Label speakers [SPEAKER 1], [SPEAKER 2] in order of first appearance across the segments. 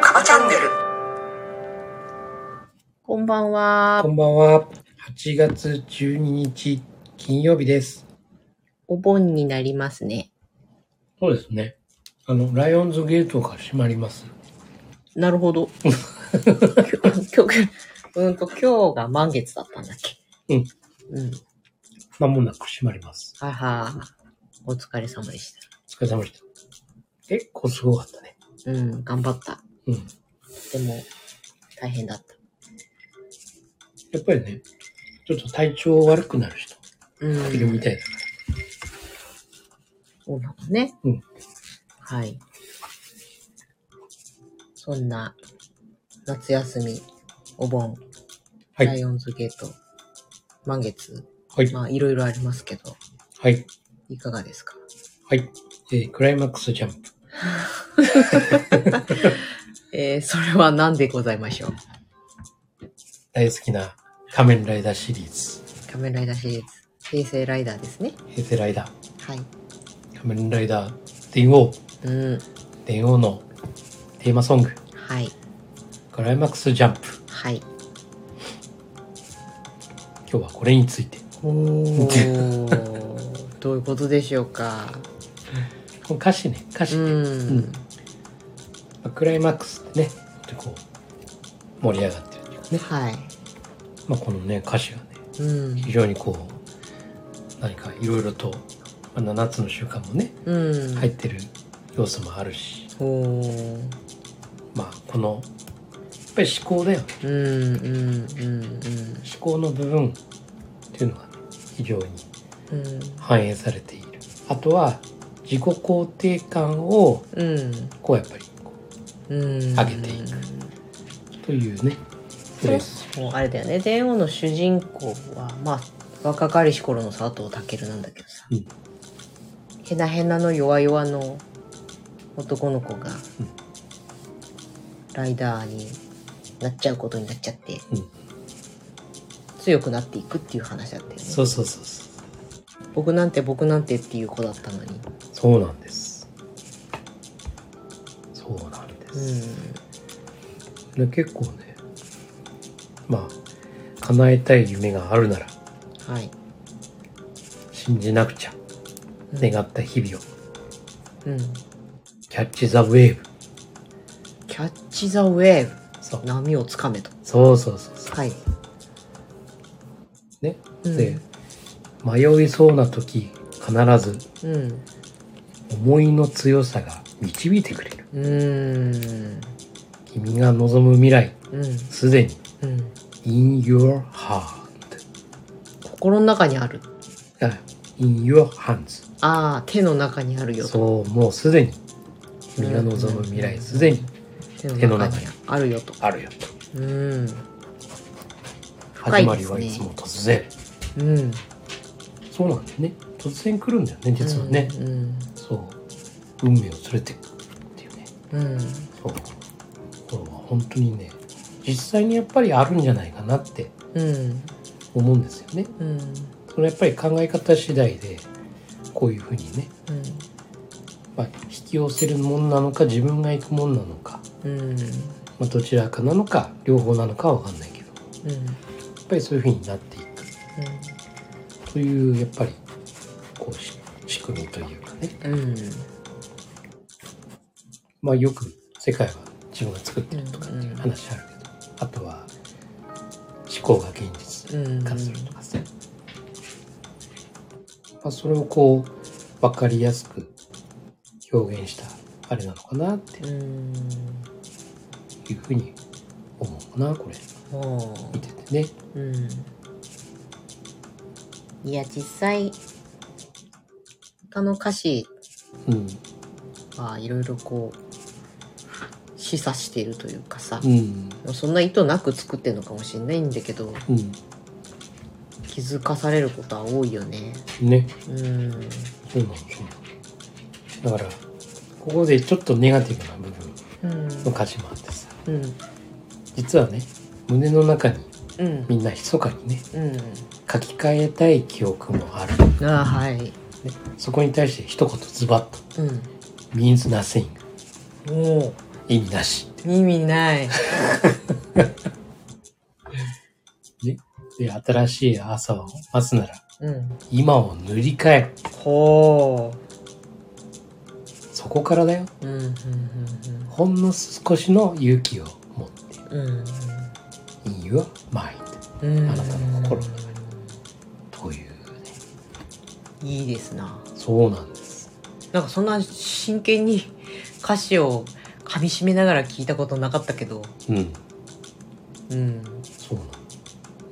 [SPEAKER 1] カバチャンネル
[SPEAKER 2] こんばんは
[SPEAKER 3] こ。んばんは。8月12日金曜日です。
[SPEAKER 2] お盆になりますね。
[SPEAKER 3] そうですね。あの、ライオンズゲートが閉まります。
[SPEAKER 2] なるほど。今日、今日うんと、今日が満月だったんだっけ。
[SPEAKER 3] うん。
[SPEAKER 2] うん。
[SPEAKER 3] まもなく閉まります。
[SPEAKER 2] はは。お疲れ様でし
[SPEAKER 3] お疲れ様でした。結構すごかったね。
[SPEAKER 2] た。うん、頑張った。
[SPEAKER 3] うん。
[SPEAKER 2] でも、大変だった。
[SPEAKER 3] やっぱりね、ちょっと体調悪くなる人
[SPEAKER 2] う
[SPEAKER 3] いるみ
[SPEAKER 2] ん。
[SPEAKER 3] たいだか
[SPEAKER 2] そうなのね。
[SPEAKER 3] うん。
[SPEAKER 2] はい。そんな、夏休み、お盆、
[SPEAKER 3] ら。
[SPEAKER 2] ラ
[SPEAKER 3] はい。
[SPEAKER 2] イオンズゲート、満月、
[SPEAKER 3] はい。
[SPEAKER 2] まあ、いろいろありますけど、
[SPEAKER 3] はい。
[SPEAKER 2] いかがですか
[SPEAKER 3] はい。えークライマックスジャンプ。
[SPEAKER 2] えー、それは何でございましょう
[SPEAKER 3] 大好きな仮面ライダーシリーズ。
[SPEAKER 2] 仮面ライダーシリーズ、平成ライダーですね。
[SPEAKER 3] 平成ライダー。
[SPEAKER 2] はい。
[SPEAKER 3] 仮面ライダー、電王。
[SPEAKER 2] うん。
[SPEAKER 3] 電王のテーマソング。
[SPEAKER 2] はい。
[SPEAKER 3] クライマックスジャンプ。
[SPEAKER 2] はい。
[SPEAKER 3] 今日はこれについて。
[SPEAKER 2] おー。どういうことでしょうか。
[SPEAKER 3] この歌詞ね、歌詞
[SPEAKER 2] う。ん。
[SPEAKER 3] まあクライマックスってね、でこう、盛り上がってるっていうかね。
[SPEAKER 2] はい。
[SPEAKER 3] まあ、このね、歌詞がね、
[SPEAKER 2] うん。
[SPEAKER 3] 非常にこう、何かいろいろと、まあ、7つの習慣もね、
[SPEAKER 2] うん。
[SPEAKER 3] 入っ。てる要素もあるし、
[SPEAKER 2] おー。
[SPEAKER 3] まあ、この、やっぱり思考だよね。
[SPEAKER 2] うんうんうん
[SPEAKER 3] 思考の部分っていうのがね、非常に
[SPEAKER 2] うんうん
[SPEAKER 3] 反映されている。あとは、自己肯定感を、
[SPEAKER 2] うん
[SPEAKER 3] こうやっぱり、こ
[SPEAKER 2] うん
[SPEAKER 3] 上げていくうというね、フレーズ。
[SPEAKER 2] もうあれだよね電王の主人公はまあ若かりし頃の佐藤健なんだけどさ、
[SPEAKER 3] うん
[SPEAKER 2] へなへなの弱々の男の子が、
[SPEAKER 3] うん
[SPEAKER 2] ライダーになっちゃうことになっちゃって、
[SPEAKER 3] うん
[SPEAKER 2] 強くなっていくっていう話だったよね
[SPEAKER 3] そうそうそうそう。
[SPEAKER 2] 僕なんて僕なんてっていう子だったのに
[SPEAKER 3] そうなんです。そうなんで
[SPEAKER 2] う
[SPEAKER 3] す。
[SPEAKER 2] ん
[SPEAKER 3] で結構ね、まあ、叶えたい夢があるなら、
[SPEAKER 2] はい
[SPEAKER 3] 信じなくちゃ、願った日々を、
[SPEAKER 2] うん
[SPEAKER 3] キャッチ・ザ・ウェーブ。
[SPEAKER 2] キャッチ・ザ・ウェー
[SPEAKER 3] そう
[SPEAKER 2] ブ波をつかめと
[SPEAKER 3] そうそうそうそ。
[SPEAKER 2] はいう
[SPEAKER 3] ね。
[SPEAKER 2] うん
[SPEAKER 3] で、迷いそうな時、必ず
[SPEAKER 2] うん
[SPEAKER 3] 思いの強さが導いてくれる。
[SPEAKER 2] うーん
[SPEAKER 3] 君が望む未来、
[SPEAKER 2] うん
[SPEAKER 3] すでに、
[SPEAKER 2] うん、
[SPEAKER 3] in your heart。
[SPEAKER 2] 心の中にある
[SPEAKER 3] あ in your hands。
[SPEAKER 2] ああ手の中にあるよと
[SPEAKER 3] そう、もうすでに、君が望む未来、すでに
[SPEAKER 2] 手の中にあるよと
[SPEAKER 3] あるよ。
[SPEAKER 2] うん深
[SPEAKER 3] 始
[SPEAKER 2] い
[SPEAKER 3] ま
[SPEAKER 2] で
[SPEAKER 3] り
[SPEAKER 2] す
[SPEAKER 3] は
[SPEAKER 2] ね
[SPEAKER 3] いつも突然。
[SPEAKER 2] うん
[SPEAKER 3] そうなんだよね。突然来るんだよね、実はね。
[SPEAKER 2] うん
[SPEAKER 3] そう。運命を連れてくっていうね。
[SPEAKER 2] うん
[SPEAKER 3] そう。これは本当にね、実際にやっぱりあるんじゃないかなって
[SPEAKER 2] うん
[SPEAKER 3] 思うんですよね。
[SPEAKER 2] うんうん
[SPEAKER 3] それはやっぱり考え方次第で、こういうふうにね、まあ、引き寄せるもんなのか、自分が行くもんなのか、
[SPEAKER 2] うん
[SPEAKER 3] まあ、どちらかなのか、両方なのかはわかんないけど、や
[SPEAKER 2] うん
[SPEAKER 3] っぱりそういうふうになっていく。というやっぱりこうし仕組みというかね、
[SPEAKER 2] うんうん
[SPEAKER 3] まあ、よく世界は自分が作ってるとかっていう話あるけど、あとは思考が現実
[SPEAKER 2] うん
[SPEAKER 3] 化するとかさ、まあ、それをこう分かりやすく表現したあれなのかなって
[SPEAKER 2] うん
[SPEAKER 3] いうふうに思うかなこれ
[SPEAKER 2] も
[SPEAKER 3] 見ててね。
[SPEAKER 2] ううんいや実際他の歌詞
[SPEAKER 3] うん
[SPEAKER 2] はいろいろこう示唆しているというかさ、
[SPEAKER 3] うん
[SPEAKER 2] まあそんな意図なく作ってるのかもしれないんだけど
[SPEAKER 3] うん、
[SPEAKER 2] 気づかされることは多いよね
[SPEAKER 3] ね
[SPEAKER 2] うん
[SPEAKER 3] そうなのそうなのだからここでちょっとネガティブな部分
[SPEAKER 2] うん
[SPEAKER 3] の歌詞もあってさ
[SPEAKER 2] うん
[SPEAKER 3] 実はね胸の中に
[SPEAKER 2] うん
[SPEAKER 3] みんな密かにね
[SPEAKER 2] うん
[SPEAKER 3] 書き換えたい記憶もある、
[SPEAKER 2] ああはい
[SPEAKER 3] ね、そこに対して一言ズバッと
[SPEAKER 2] うん
[SPEAKER 3] 「means nothing
[SPEAKER 2] もう」
[SPEAKER 3] 意味なし
[SPEAKER 2] 意味ない
[SPEAKER 3] で新しい朝を待つなら
[SPEAKER 2] うん
[SPEAKER 3] 今を塗り替える
[SPEAKER 2] ほ
[SPEAKER 3] そこからだよ
[SPEAKER 2] ううんうん
[SPEAKER 3] ほんの少しの勇気を持って
[SPEAKER 2] うんうん
[SPEAKER 3] in your mind
[SPEAKER 2] うんうん
[SPEAKER 3] あなたの心の中にというね
[SPEAKER 2] いいですな
[SPEAKER 3] そうなんです
[SPEAKER 2] なんかそんな真剣に歌詞を噛み締めながら聞いたことなかったけど
[SPEAKER 3] うん
[SPEAKER 2] うん
[SPEAKER 3] そうなの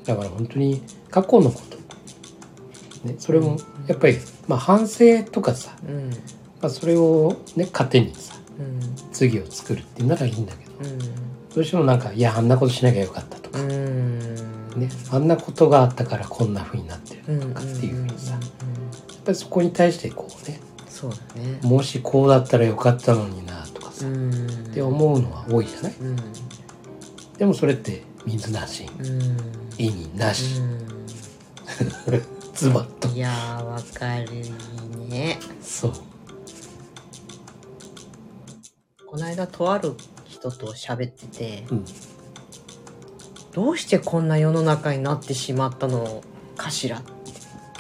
[SPEAKER 3] だから本当に過去のこと、ね、それもやっぱり、まあ、反省とかさ、
[SPEAKER 2] うん
[SPEAKER 3] まあ、それを、ね、糧にさ
[SPEAKER 2] うん
[SPEAKER 3] 次を作るっていうならいいんだけど
[SPEAKER 2] う
[SPEAKER 3] どうしてもなんかいやあんなことしなきゃよかったとか、
[SPEAKER 2] んうん
[SPEAKER 3] ね、あんなことがあったからこんな風になって
[SPEAKER 2] う
[SPEAKER 3] る
[SPEAKER 2] ん
[SPEAKER 3] とかっていうふうにさ、
[SPEAKER 2] ん
[SPEAKER 3] やっぱりそこに対してこうね
[SPEAKER 2] そうだね
[SPEAKER 3] もしこうだったらよかったのになとかさ、
[SPEAKER 2] うん
[SPEAKER 3] って思うのは多いじゃない
[SPEAKER 2] うん
[SPEAKER 3] でもそれって水なし
[SPEAKER 2] うん
[SPEAKER 3] 意味なし、ズバッと
[SPEAKER 2] うんいやーわかるね
[SPEAKER 3] そう
[SPEAKER 2] この間とある人と喋ってて
[SPEAKER 3] うん
[SPEAKER 2] どうしてこんな世の中になってしまったのかしら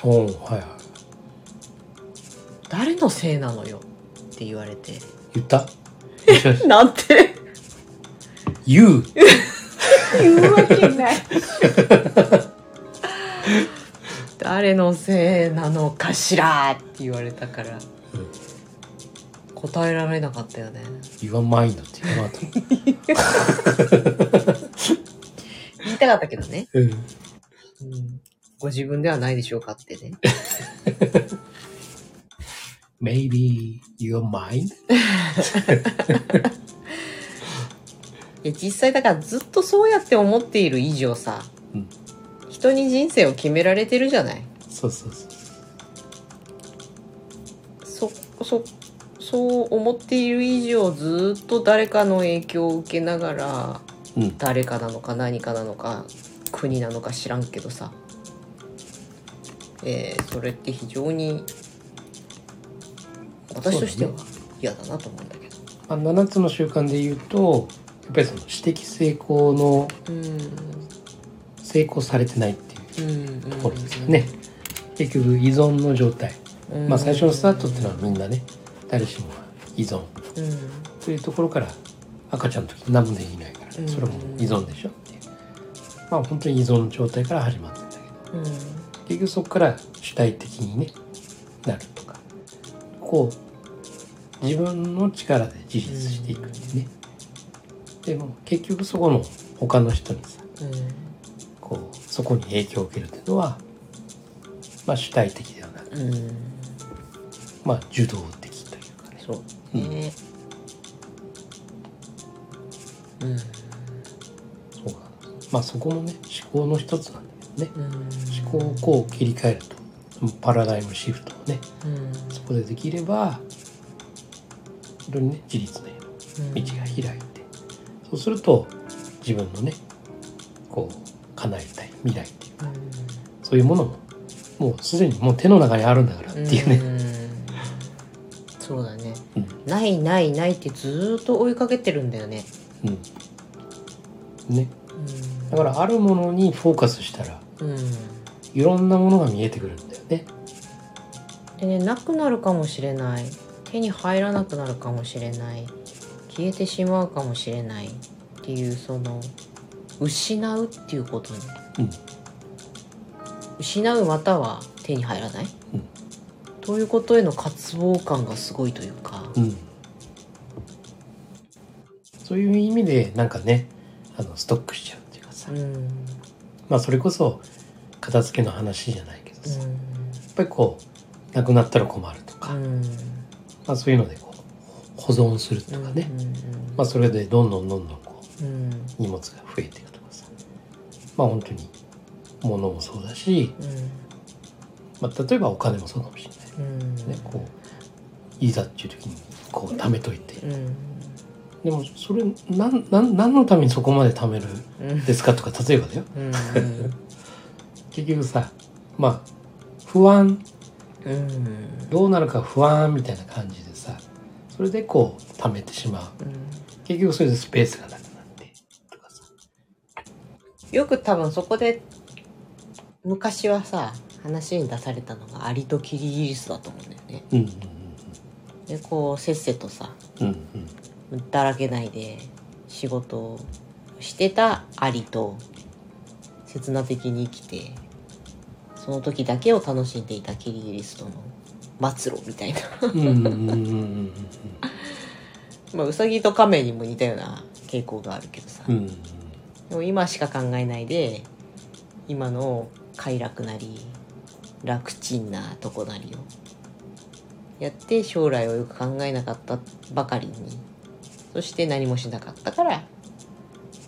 [SPEAKER 3] おーはいはい
[SPEAKER 2] 誰のせいなのよって言われて
[SPEAKER 3] 言った もしもし
[SPEAKER 2] なんて
[SPEAKER 3] 言う
[SPEAKER 2] 言うわけない 誰のせいなのかしらって言われたから、
[SPEAKER 3] うん
[SPEAKER 2] 答えられなかったよね
[SPEAKER 3] Your mind って言わなかった
[SPEAKER 2] 言いたかったけどね、
[SPEAKER 3] うん
[SPEAKER 2] うん、ご自分ではないでしょうかってね
[SPEAKER 3] Maybe your mind?
[SPEAKER 2] いや実際だからずっとそうやって思っている以上さ、
[SPEAKER 3] うん
[SPEAKER 2] 人に人生を決められてるじゃない
[SPEAKER 3] そうそうそうそ
[SPEAKER 2] そそそう思っている以上ずっと誰かの影響を受けながら
[SPEAKER 3] ううん
[SPEAKER 2] 誰かなのか何かなのか国なのか知らんけどさ、えーそれって非常に私としては嫌だなと思うんだけど
[SPEAKER 3] まあ、7つの習慣で言うとやっぱりその私的成功の成功されてないっていう
[SPEAKER 2] うん
[SPEAKER 3] ところですよね、結局依存の状態、
[SPEAKER 2] うん
[SPEAKER 3] まあ最初のスタートっていうのはみんなね誰しもが依存
[SPEAKER 2] うん
[SPEAKER 3] というところから赤ちゃんの時何もできないから
[SPEAKER 2] うん
[SPEAKER 3] それも依存でしょっていうまあ本当に依存の状態から始まってんだけ
[SPEAKER 2] う
[SPEAKER 3] ど
[SPEAKER 2] ん
[SPEAKER 3] 結局そこから主体的にねなるとかこう自分の力で自立していくんでね、でも結局そこの他の人にさこうそこに影響を受けるっていうのはまあ主体的ではなく
[SPEAKER 2] うんうん
[SPEAKER 3] まあ受動的というかね
[SPEAKER 2] そうねうん
[SPEAKER 3] そうなんですまあそこもね思考の一つなんだけどね
[SPEAKER 2] うん
[SPEAKER 3] 思考をこう切り替えるとそのパラダイムシフトをね
[SPEAKER 2] うん
[SPEAKER 3] そこでできれば本当にね自立のような
[SPEAKER 2] うん
[SPEAKER 3] 道が開いてそうすると自分のねこう叶えたい未来っていうそういうものももうすでにもう手の中にあるんだからって
[SPEAKER 2] うん
[SPEAKER 3] いうね、
[SPEAKER 2] うんそうだね
[SPEAKER 3] うん
[SPEAKER 2] ないないないってずーっと追いかけてるんだよね
[SPEAKER 3] うんね、だからあるものにフォーカスしたら
[SPEAKER 2] うん
[SPEAKER 3] いろんなものが見えてくるんだよね
[SPEAKER 2] でねなくなるかもしれない手に入らなくなるかもしれない消えてしまうかもしれないっていうその失うっていうことに
[SPEAKER 3] うん
[SPEAKER 2] 失うまたは手に入らない、
[SPEAKER 3] うん
[SPEAKER 2] ということへの渇望感がすごいというか、
[SPEAKER 3] うんそういう意味でなんかねあのストックしちゃうっていうかさ、
[SPEAKER 2] うんうん
[SPEAKER 3] まあそれこそ片付けの話じゃないけどさ、やっぱりこうなくなったら困るとか、
[SPEAKER 2] うん
[SPEAKER 3] まあ、そういうのでこう保存するとかね、まあ、それでどんどんどんどんこ
[SPEAKER 2] うんうん
[SPEAKER 3] う荷物が増えていくとかさまあ本当に物もそうだし、まあ、例えばお金もそうかもしれない
[SPEAKER 2] うんうん
[SPEAKER 3] ねこういざっていう時にこう貯めといて
[SPEAKER 2] うん
[SPEAKER 3] でもそれなんなん何のためにそこまで貯めるん
[SPEAKER 2] うん
[SPEAKER 3] ですかとか例えばだよ
[SPEAKER 2] うん
[SPEAKER 3] 結局さまあ不安
[SPEAKER 2] うんうん
[SPEAKER 3] どうなるか不安みたいな感じでさそれでこう貯めてしまう結局それでスペースがなくなってとかさ
[SPEAKER 2] よく多分そこで昔はさ話に出されたのがアリとキリギリスだと思うんだよね。
[SPEAKER 3] うん
[SPEAKER 2] でこうせっせとさ
[SPEAKER 3] うんうんうん
[SPEAKER 2] だらけないで仕事をしてたアリと刹那的に生きてその時だけを楽しんでいたキリギリスとの末路みたいな
[SPEAKER 3] うんうんうんうんうん
[SPEAKER 2] まあウサギとカメにも似たような傾向があるけどさ、
[SPEAKER 3] うん
[SPEAKER 2] でも今しか考えないで今の快楽なり楽ちんなとこなりをやって将来をよく考えなかったばかりにそして何もしなかったから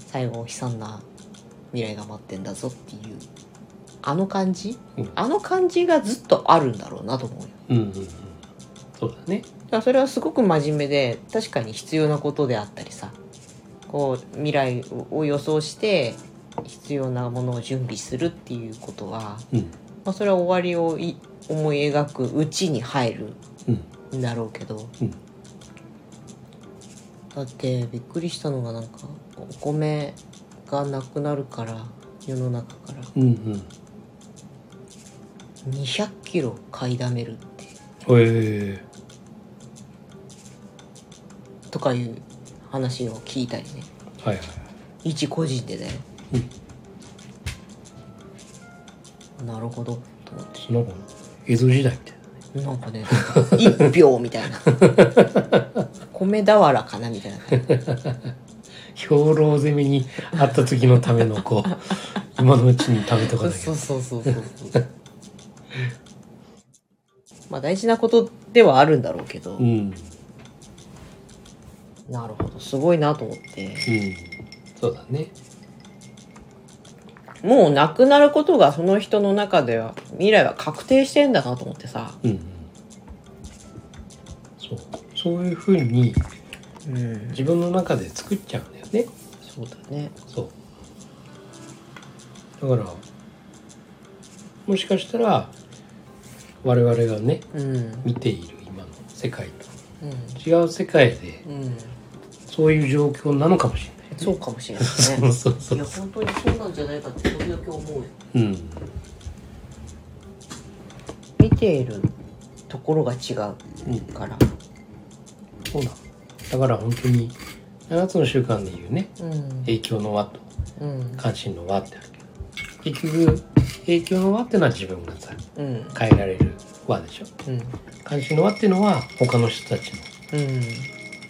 [SPEAKER 2] 最後悲惨な未来が待ってんだぞっていうあの感じ、
[SPEAKER 3] うん
[SPEAKER 2] あの感じがずっとあるんだろうなと思うよ。
[SPEAKER 3] うんうんうんそうだね
[SPEAKER 2] だからそれはすごく真面目で確かに必要なことであったりさこう未来を予想して必要なものを準備するっていうことは、
[SPEAKER 3] うん
[SPEAKER 2] まあ、それは終わりをい思い描くうちに入る
[SPEAKER 3] うん
[SPEAKER 2] んだろうけど、
[SPEAKER 3] うん
[SPEAKER 2] だってびっくりしたのがなんかお米がなくなるから世の中から
[SPEAKER 3] うん
[SPEAKER 2] 200キロ買いだめるって
[SPEAKER 3] うんへえ
[SPEAKER 2] とかいう話を聞いたりね
[SPEAKER 3] はいはい
[SPEAKER 2] 一個人でね、なるほどと思っ
[SPEAKER 3] なんか江戸時代みたい
[SPEAKER 2] てなんか ね一票みたいな米俵かなみたいな感じ
[SPEAKER 3] な兵糧攻めにあった時のためのこう今のうちに食べとかなき
[SPEAKER 2] そ
[SPEAKER 3] ゃ
[SPEAKER 2] うそうそうそうそうまあ大事なことではあるんだろうけど、
[SPEAKER 3] うんうん
[SPEAKER 2] なるほどすごいなと思って
[SPEAKER 3] そうだね
[SPEAKER 2] もうなくなることがその人の中では未来は確定してんだなと思ってさ、
[SPEAKER 3] うんうんそうそういうふうに
[SPEAKER 2] うん、
[SPEAKER 3] 自分の中で作っちゃうんだよね
[SPEAKER 2] そうだね
[SPEAKER 3] そうだからもしかしたら我々がね
[SPEAKER 2] うん
[SPEAKER 3] 見ている今の世界
[SPEAKER 2] うん
[SPEAKER 3] と違う世界で
[SPEAKER 2] うん
[SPEAKER 3] そういう状況なのかもしれない
[SPEAKER 2] そうかもしれないね。
[SPEAKER 3] そうそうそ
[SPEAKER 2] いや本当にそうなんじゃないかってそれだけ思うよ
[SPEAKER 3] うん
[SPEAKER 2] 見ているところが違うから
[SPEAKER 3] そうだだから本当に7つの習慣で言うね
[SPEAKER 2] うん
[SPEAKER 3] 影響の輪と
[SPEAKER 2] うん
[SPEAKER 3] 関心の輪ってあるけど結局影響の輪ってのは自分がさ
[SPEAKER 2] うん
[SPEAKER 3] 変えられる輪でしょ
[SPEAKER 2] うん
[SPEAKER 3] 関心の輪っていうのは他の人たちの
[SPEAKER 2] うん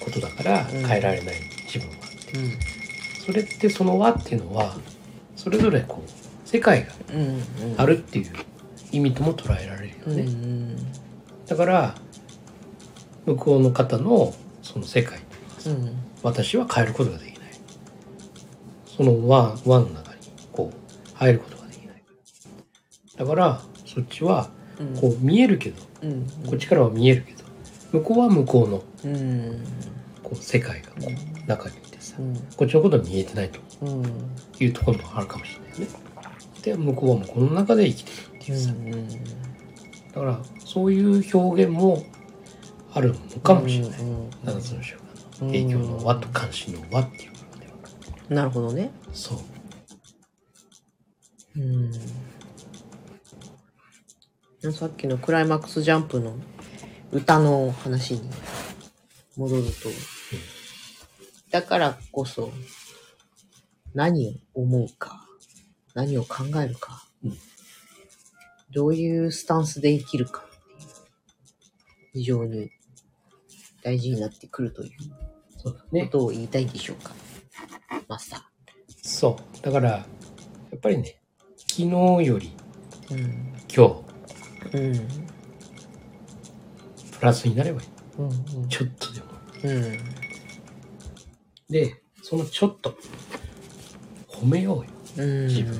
[SPEAKER 3] ことだから
[SPEAKER 2] うん
[SPEAKER 3] 変えられない自分は、それってその輪っていうのはそれぞれこう世界が
[SPEAKER 2] うんうん
[SPEAKER 3] あるっていう意味とも捉えられるよ
[SPEAKER 2] うん
[SPEAKER 3] ね、
[SPEAKER 2] うん
[SPEAKER 3] だから向こうの方のその世界
[SPEAKER 2] うん
[SPEAKER 3] 私は変えることができないその輪輪の中にこう入ることができないだからそっちは
[SPEAKER 2] うん
[SPEAKER 3] こう見えるけど
[SPEAKER 2] うん
[SPEAKER 3] こっちからは見えるけど向こうは向こうの
[SPEAKER 2] うん
[SPEAKER 3] こう世界がこう中にいてさ
[SPEAKER 2] うん
[SPEAKER 3] こっちのことは見えてないと
[SPEAKER 2] うん
[SPEAKER 3] いうところもあるかもしれないよねで向こうはもうこの中で生きてるっていうさだからそういう表現もあるのかもしれない
[SPEAKER 2] うん
[SPEAKER 3] 7つの習慣の影響の輪と関心の輪っていう部分では
[SPEAKER 2] なるほどね
[SPEAKER 3] そう
[SPEAKER 2] うんさっきのクライマックスジャンプの歌の話に戻ると、だからこそ何を思うか、何を考えるか、
[SPEAKER 3] うん
[SPEAKER 2] どういうスタンスで生きるかっていう、非常に大事になってくるという
[SPEAKER 3] そうだ
[SPEAKER 2] こ
[SPEAKER 3] ね
[SPEAKER 2] とを言いたいんでしょうか、マスタ
[SPEAKER 3] そうだからやっぱりね昨日より
[SPEAKER 2] ー。うん。
[SPEAKER 3] 今
[SPEAKER 2] うん。
[SPEAKER 3] 日プラスになればいい
[SPEAKER 2] うん。うん
[SPEAKER 3] ちょっとでも
[SPEAKER 2] うん。
[SPEAKER 3] でそのちょっと褒めようよ
[SPEAKER 2] うん
[SPEAKER 3] 自分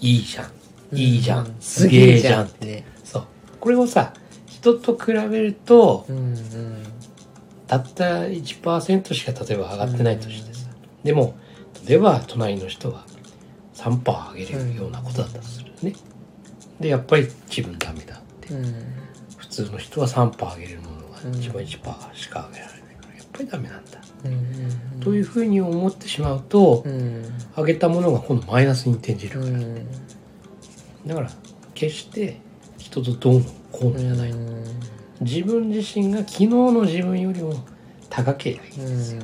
[SPEAKER 3] いいじゃんいいじゃん、
[SPEAKER 2] う
[SPEAKER 3] すげえじゃ
[SPEAKER 2] すげえじゃ
[SPEAKER 3] ん
[SPEAKER 2] んってね
[SPEAKER 3] そうこれをさ人と比べると
[SPEAKER 2] うんうん
[SPEAKER 3] たった1%しか例えば上がってないとしてさ、でも例えば隣の人は3%上げれるようなことだったとするよね、でやっぱり自分ダメだって
[SPEAKER 2] うん
[SPEAKER 3] 普通の人は3%上げれるものが自分は1%しか上げられないからやっぱりダメなんだ、
[SPEAKER 2] うん
[SPEAKER 3] というふうに思ってしまうと、
[SPEAKER 2] うん
[SPEAKER 3] 上げたものが今度マイナスに転じる
[SPEAKER 2] う
[SPEAKER 3] から、
[SPEAKER 2] ん
[SPEAKER 3] だから決して人とどうのこうのじゃない、
[SPEAKER 2] うん
[SPEAKER 3] 自分自身が昨日の自分よりも高ければいいんですよ、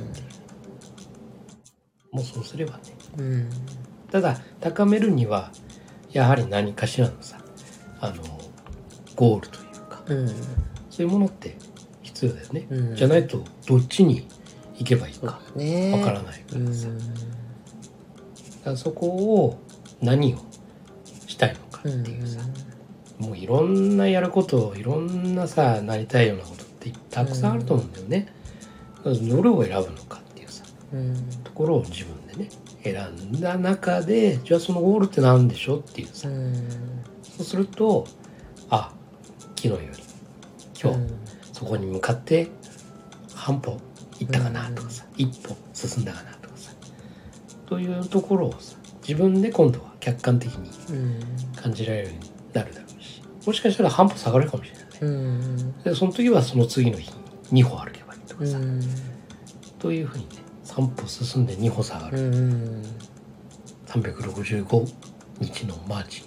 [SPEAKER 3] もうそうすればね
[SPEAKER 2] うん
[SPEAKER 3] ただ高めるにはやはり何かしらのさあのゴールというか
[SPEAKER 2] うん
[SPEAKER 3] そういうものって必要だよね、
[SPEAKER 2] うん
[SPEAKER 3] じゃないとどっちに行けばいいかわ
[SPEAKER 2] ね
[SPEAKER 3] からない
[SPEAKER 2] う
[SPEAKER 3] から
[SPEAKER 2] ん
[SPEAKER 3] さ、だからそこを何をしたいのかっていうさ、もういろんなやることいろんなさなりたいようなことってたくさんあると思うんだよね、どれを選ぶのかっていうさ
[SPEAKER 2] うん
[SPEAKER 3] ところを自分でね選んだ中でじゃあそのゴールって何でしょうっていう
[SPEAKER 2] う
[SPEAKER 3] さ、
[SPEAKER 2] ん
[SPEAKER 3] そうするとあ昨日より今日、そこに向かって半歩行ったかなとかさ、一歩進んだかなとかさというところをさ自分で今度は客観的に
[SPEAKER 2] うん
[SPEAKER 3] 感じられるようになるだろうしもしかしたら半歩下がるかもしれないね、
[SPEAKER 2] うん
[SPEAKER 3] でその時はその次の日に2歩歩けばいいと
[SPEAKER 2] う
[SPEAKER 3] かさ、
[SPEAKER 2] ん
[SPEAKER 3] というふうにね3歩進んで2歩下が
[SPEAKER 2] う
[SPEAKER 3] る、
[SPEAKER 2] ん
[SPEAKER 3] 365日のマーチ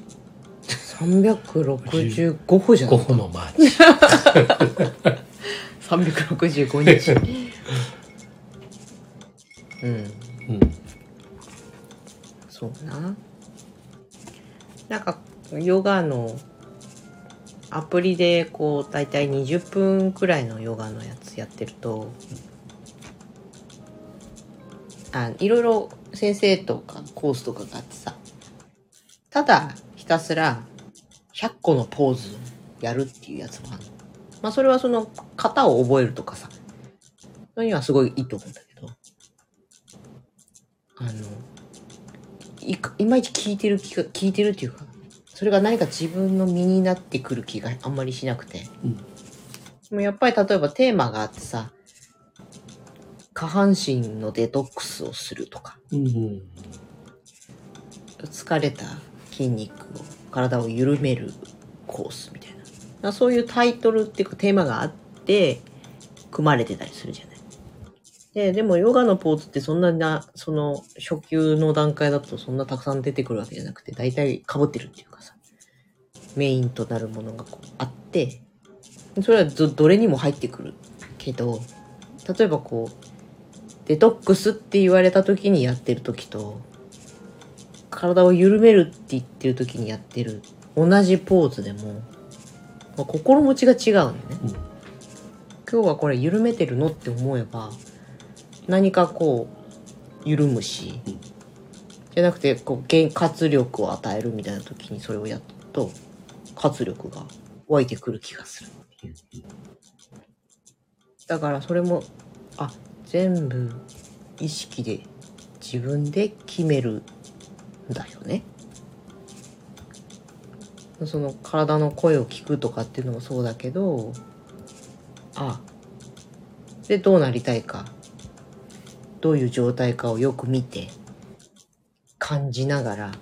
[SPEAKER 2] 365歩じゃ
[SPEAKER 3] 5
[SPEAKER 2] ん
[SPEAKER 3] 歩のマーチ
[SPEAKER 2] 365日うん
[SPEAKER 3] うん
[SPEAKER 2] そうななんかヨガのアプリでこう大体20分くらいのヨガのやつやってるとあいろいろ先生とかコースとかがあってさただひたすら100個のポーズをやるっていうやつもあるのまあそれはその型を覚えるとかさそれにはすごいいいと思うんだけどあのいかいまいち聞いてる気が聞いてるっていうかそれが何か自分の身になってくる気があんまりしなくて、
[SPEAKER 3] うん
[SPEAKER 2] でもやっぱり例えばテーマがあってさ下半身のデトックスをするとか
[SPEAKER 3] うんうん
[SPEAKER 2] 疲れた筋肉を体を緩めるコースみたいななそういうタイトルっていうかテーマがあって組まれてたりするじゃない。ででもヨガのポーズってそんななその初級の段階だとそんなたくさん出てくるわけじゃなくて大体かぶってるっていうかさメインとなるものがこうあってそれはどどれにも入ってくるけど例えばこうデトックスって言われた時にやってる時と体を緩めるって言ってる時にやってる同じポーズでも、まあ心持ちが違うんだよね
[SPEAKER 3] うん
[SPEAKER 2] 今日はこれ緩めてるのって思えば何かこう緩むし
[SPEAKER 3] うん
[SPEAKER 2] じゃなくてこう原活力を与えるみたいな時にそれをやると活力が湧いてくる気がするだからそれもあ全部意識で自分で決めるんだよねその体の声を聞くとかっていうのもそうだけどあでどうなりたいかどういう状態かをよく見て感じながら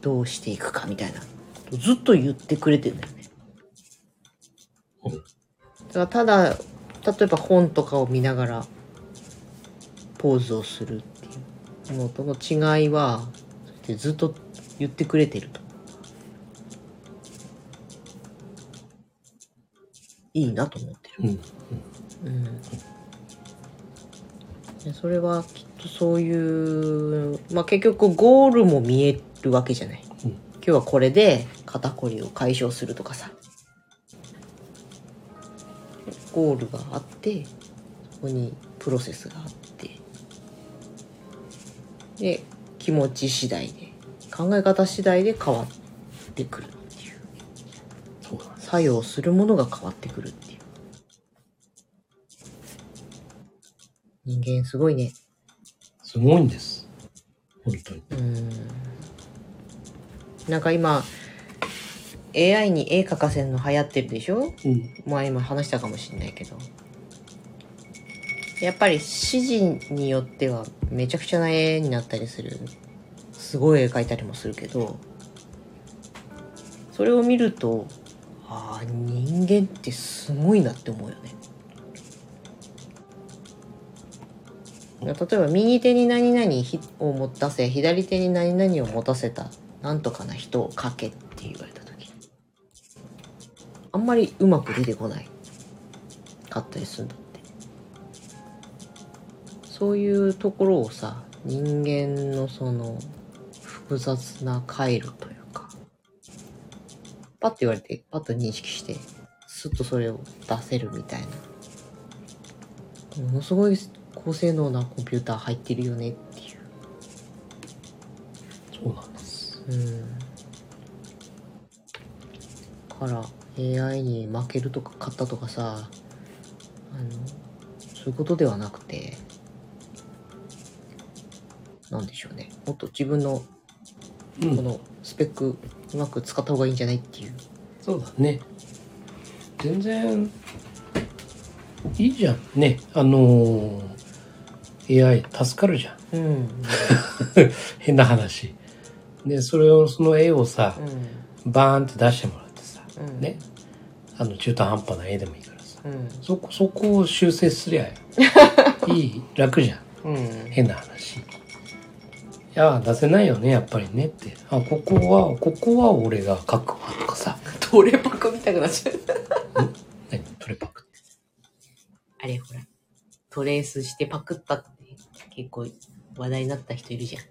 [SPEAKER 2] どうしていくかみたいなことをずっと言ってくれてんだよね。だからただ例えば本とかを見ながらポーズをするっていうのとの違いはそうやってずっと言ってくれてるといいなと思ってる。
[SPEAKER 3] うんうん
[SPEAKER 2] うんでそれはきっとそういう、まあ、結局ゴールも見えるわけじゃない、
[SPEAKER 3] うん
[SPEAKER 2] 今日はこれで肩こりを解消するとかさゴールがあってそこにプロセスがあってで気持ち次第で考え方次第で変わってくるっていう
[SPEAKER 3] そうだね
[SPEAKER 2] 作用するものが変わってくるっていう人間すごいね
[SPEAKER 3] すごいんです本当に
[SPEAKER 2] うんなんか今 AI に絵描かせるの流行ってるでしょ
[SPEAKER 3] うん
[SPEAKER 2] 前今話したかもしれないけどやっぱり指示によってはめちゃくちゃな絵になったりするすごい絵描いたりもするけどそれを見るとああ人間ってすごいなって思うよね。例えば右手に何々を持たせ左手に何々を持たせたなんとかな人を描けって言われた時あんまりうまく出てこないかったりするんだってそういうところをさ人間のその複雑な回路というかパッと言われてパッと認識してスッとそれを出せるみたいなものすごい高性能なコンピューター入ってるよねっていう
[SPEAKER 3] そうなんです。
[SPEAKER 2] うん、から AI に負けるとか勝ったとかさあのそういうことではなくてなんでしょうねもっと自分のこ
[SPEAKER 3] うん、
[SPEAKER 2] のスペックうまく使った方がいいんじゃないっていう、
[SPEAKER 3] そうだね。全然いいじゃんね。あのー AI 助かるじゃん。
[SPEAKER 2] うん
[SPEAKER 3] 変な話。で、それを、その絵をさ、バーンって出してもらってさ、
[SPEAKER 2] うん
[SPEAKER 3] ね。あの、中途半端な絵でもいいからさ。
[SPEAKER 2] う
[SPEAKER 3] そこ、そこを修正すりゃ いい、楽じゃん。
[SPEAKER 2] んうん
[SPEAKER 3] 変な話。いや、出せないよね、やっぱりねって。あ、ここは、ここは俺が書くわとかさ。
[SPEAKER 2] トレパク見たくなっちゃう
[SPEAKER 3] 何トレパクって。
[SPEAKER 2] あれほらトレースしてパクったって結構話題になった人いるじゃん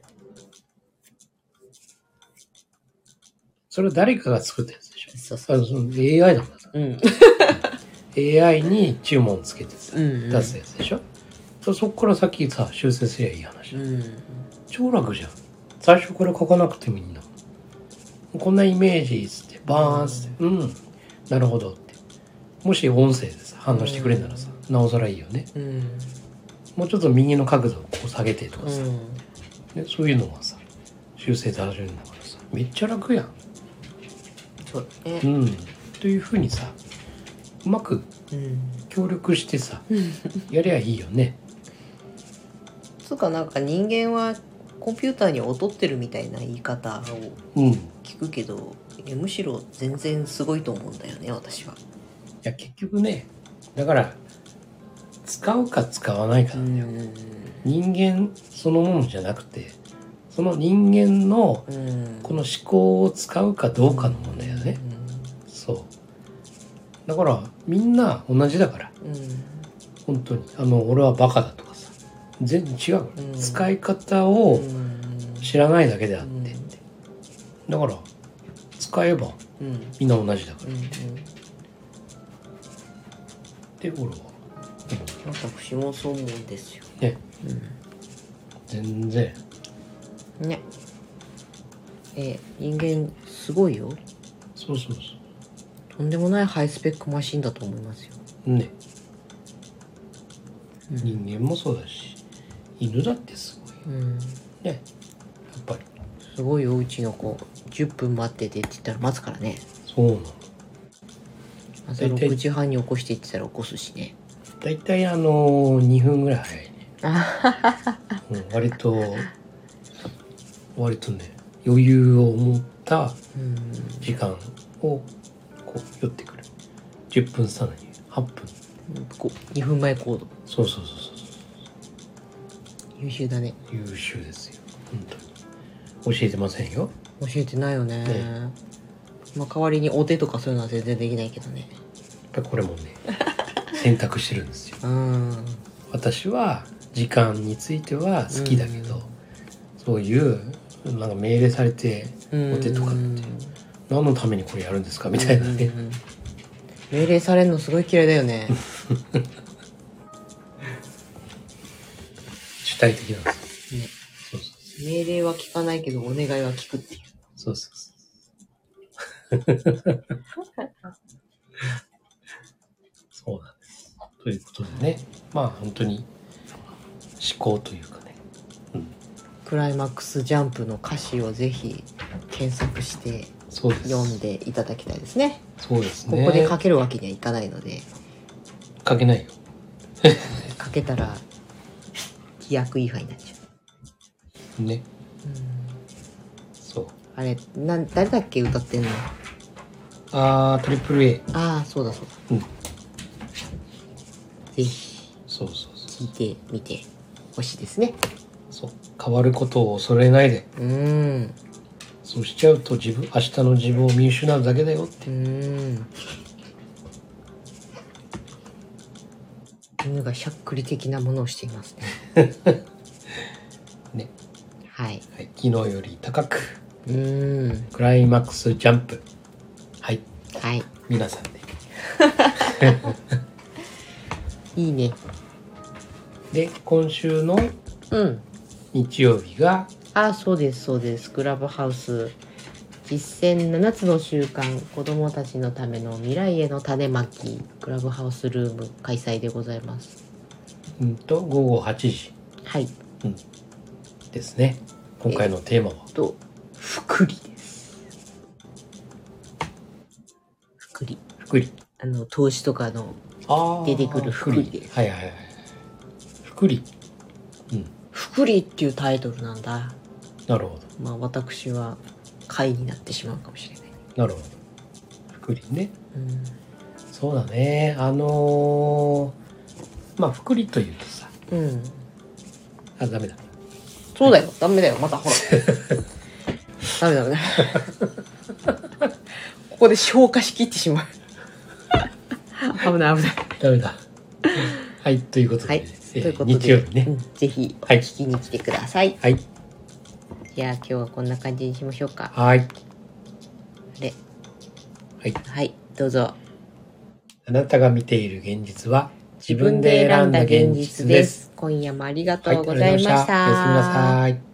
[SPEAKER 3] それは誰かが作ったやつでしょ。
[SPEAKER 2] そうそ
[SPEAKER 3] あのその AI だもん。
[SPEAKER 2] う、うん、
[SPEAKER 3] AI に注文つけてさ、
[SPEAKER 2] うんうん
[SPEAKER 3] 出すやつでしょ。そそこから先さ、修正すりゃいい話だ。
[SPEAKER 2] うん
[SPEAKER 3] 超楽じゃん最初から書かなくてもいいんだもんこんなイメージっつってバーンっつってうん、なるほどってもし音声でさ反応してくれるならさ、なおさらいいよね
[SPEAKER 2] うん
[SPEAKER 3] もうちょっと右の角度をこう下げてとか
[SPEAKER 2] う
[SPEAKER 3] さ、
[SPEAKER 2] ん
[SPEAKER 3] ね、そういうのがさ修正されるんだからさめっちゃ楽やん
[SPEAKER 2] そうだね
[SPEAKER 3] うんというふうにさうまく
[SPEAKER 2] うん
[SPEAKER 3] 協力してさやりゃいいよね
[SPEAKER 2] つうかなんか人間はコンピューターに劣ってるみたいな言い方を
[SPEAKER 3] うんい
[SPEAKER 2] 聞くけどいやむしろ全然すごいと思うんだよね私は。
[SPEAKER 3] や結局ねだから使うか使わないかなんだよ、
[SPEAKER 2] ん
[SPEAKER 3] 人間そのものじゃなくてその人間の
[SPEAKER 2] うん
[SPEAKER 3] この思考を使うかどうかの問題だねそうだからみんな同じだから
[SPEAKER 2] うん
[SPEAKER 3] 本当にあの俺はバカだとかさ全然違うから、
[SPEAKER 2] うん
[SPEAKER 3] 使い方を
[SPEAKER 2] うん
[SPEAKER 3] 知らないだけであって、
[SPEAKER 2] うん
[SPEAKER 3] だから使えば
[SPEAKER 2] うんうん
[SPEAKER 3] みんな同じだか
[SPEAKER 2] う
[SPEAKER 3] ら
[SPEAKER 2] ん
[SPEAKER 3] って俺は
[SPEAKER 2] 私もそう思うんですよ。
[SPEAKER 3] ね全然
[SPEAKER 2] ね。え人間すごいよ。
[SPEAKER 3] そうそうそ
[SPEAKER 2] とんでもないハイスペックマシンだと思いますよ。
[SPEAKER 3] うね、
[SPEAKER 2] う
[SPEAKER 3] 人間もそうだし犬だってすごいよ
[SPEAKER 2] うん
[SPEAKER 3] ねやっぱり
[SPEAKER 2] すごいようちの子10分待っててって言ったら待つからね
[SPEAKER 3] そうなの
[SPEAKER 2] 朝
[SPEAKER 3] 大体
[SPEAKER 2] 6時半に起こしてって言ったら起こすしね
[SPEAKER 3] 大体あのー、2分ぐらい早いね
[SPEAKER 2] あは
[SPEAKER 3] うん割と割とね余裕を持った
[SPEAKER 2] うん
[SPEAKER 3] 時間をこう寄ってくる10分差なに8分
[SPEAKER 2] こ2分前行動
[SPEAKER 3] そうそうそうそ
[SPEAKER 2] 優秀だね
[SPEAKER 3] う優秀ですよ本当に教えてませんよ
[SPEAKER 2] 教えてないよね
[SPEAKER 3] ね
[SPEAKER 2] まあ代わりにお手とかそういうのは全然できないけどね
[SPEAKER 3] やっぱりこれも ね選択してるんですよ
[SPEAKER 2] うん
[SPEAKER 3] 私は時間については好きだけど、
[SPEAKER 2] うん
[SPEAKER 3] そういうなんか命令されて
[SPEAKER 2] うん
[SPEAKER 3] お手とかって何のためにこれやるんですかみたいなね、
[SPEAKER 2] うん命令されるのすごい嫌いだよ ね
[SPEAKER 3] 主体的なんですよ
[SPEAKER 2] ね
[SPEAKER 3] そうそう
[SPEAKER 2] 命令は聞かないけどお願いは聞くっていう
[SPEAKER 3] そうそうそう。そうなんです。ということでね、まあ本当に思考というかね、
[SPEAKER 2] クライマックスジャンプの歌詞をぜひ検索して
[SPEAKER 3] そうです。
[SPEAKER 2] 読んでいただきたいですね。
[SPEAKER 3] そうです
[SPEAKER 2] こ
[SPEAKER 3] ね。
[SPEAKER 2] こで書けるわけにはいかないので、
[SPEAKER 3] 書けないよ。
[SPEAKER 2] 書けたら規約違反になっちゃ
[SPEAKER 3] ね
[SPEAKER 2] う、
[SPEAKER 3] そう
[SPEAKER 2] うん、あれなん誰だっけ歌ってんの
[SPEAKER 3] あートリプル A
[SPEAKER 2] ああそうだそうだ
[SPEAKER 3] うん
[SPEAKER 2] ぜひ
[SPEAKER 3] そうそうそう
[SPEAKER 2] 聞いてみてほしいですね
[SPEAKER 3] そう変わることを恐れないで
[SPEAKER 2] うん
[SPEAKER 3] そうしちゃうと自分明日の自分を見失うだけだよって
[SPEAKER 2] うん犬がしゃっくり的なものをしていますね
[SPEAKER 3] ね、
[SPEAKER 2] はい
[SPEAKER 3] はい、昨日より高く
[SPEAKER 2] うん
[SPEAKER 3] クライマックスジャンプはい
[SPEAKER 2] はい
[SPEAKER 3] 皆さんで
[SPEAKER 2] いいね
[SPEAKER 3] で今週の
[SPEAKER 2] うん
[SPEAKER 3] 日曜日が
[SPEAKER 2] あそうですそうですクラブハウス実践7つの習慣子どもたちのための未来への種まきクラブハウスルーム開催でございます
[SPEAKER 3] うんと午後8時
[SPEAKER 2] はい
[SPEAKER 3] ですね今回のテーマは
[SPEAKER 2] と福利です福利
[SPEAKER 3] 福利
[SPEAKER 2] あの投資とかの
[SPEAKER 3] あー
[SPEAKER 2] 出てくる福利です
[SPEAKER 3] はいはいはい福利うん
[SPEAKER 2] 福利っていうタイトルなんだ
[SPEAKER 3] なるほど
[SPEAKER 2] まあ私は会になってしまうかもしれない
[SPEAKER 3] なるほど福利ね
[SPEAKER 2] うん
[SPEAKER 3] そうだねあのー、まあ福利というとさ
[SPEAKER 2] うん、
[SPEAKER 3] あダメだ
[SPEAKER 2] そうだよ、ダメだよ、またほら。ダメダメ ダメ。ここで消化しきってしまう。危ない危ない。
[SPEAKER 3] ダ メだはいということで、
[SPEAKER 2] はい、
[SPEAKER 3] え
[SPEAKER 2] ということ
[SPEAKER 3] ー
[SPEAKER 2] で、
[SPEAKER 3] 日曜日ね、
[SPEAKER 2] うんぜひ
[SPEAKER 3] はい
[SPEAKER 2] 聞きに来てください。
[SPEAKER 3] はい
[SPEAKER 2] じゃあ今日はこんな感じにしましょうか。
[SPEAKER 3] はい
[SPEAKER 2] で、
[SPEAKER 3] はい
[SPEAKER 2] はい、どうぞ。
[SPEAKER 3] あなたが見ている現実は自分で選んだ現実です。
[SPEAKER 2] 今夜もありがと
[SPEAKER 3] はいう
[SPEAKER 2] ございました。
[SPEAKER 3] ありがとうございましたおやすみなさい。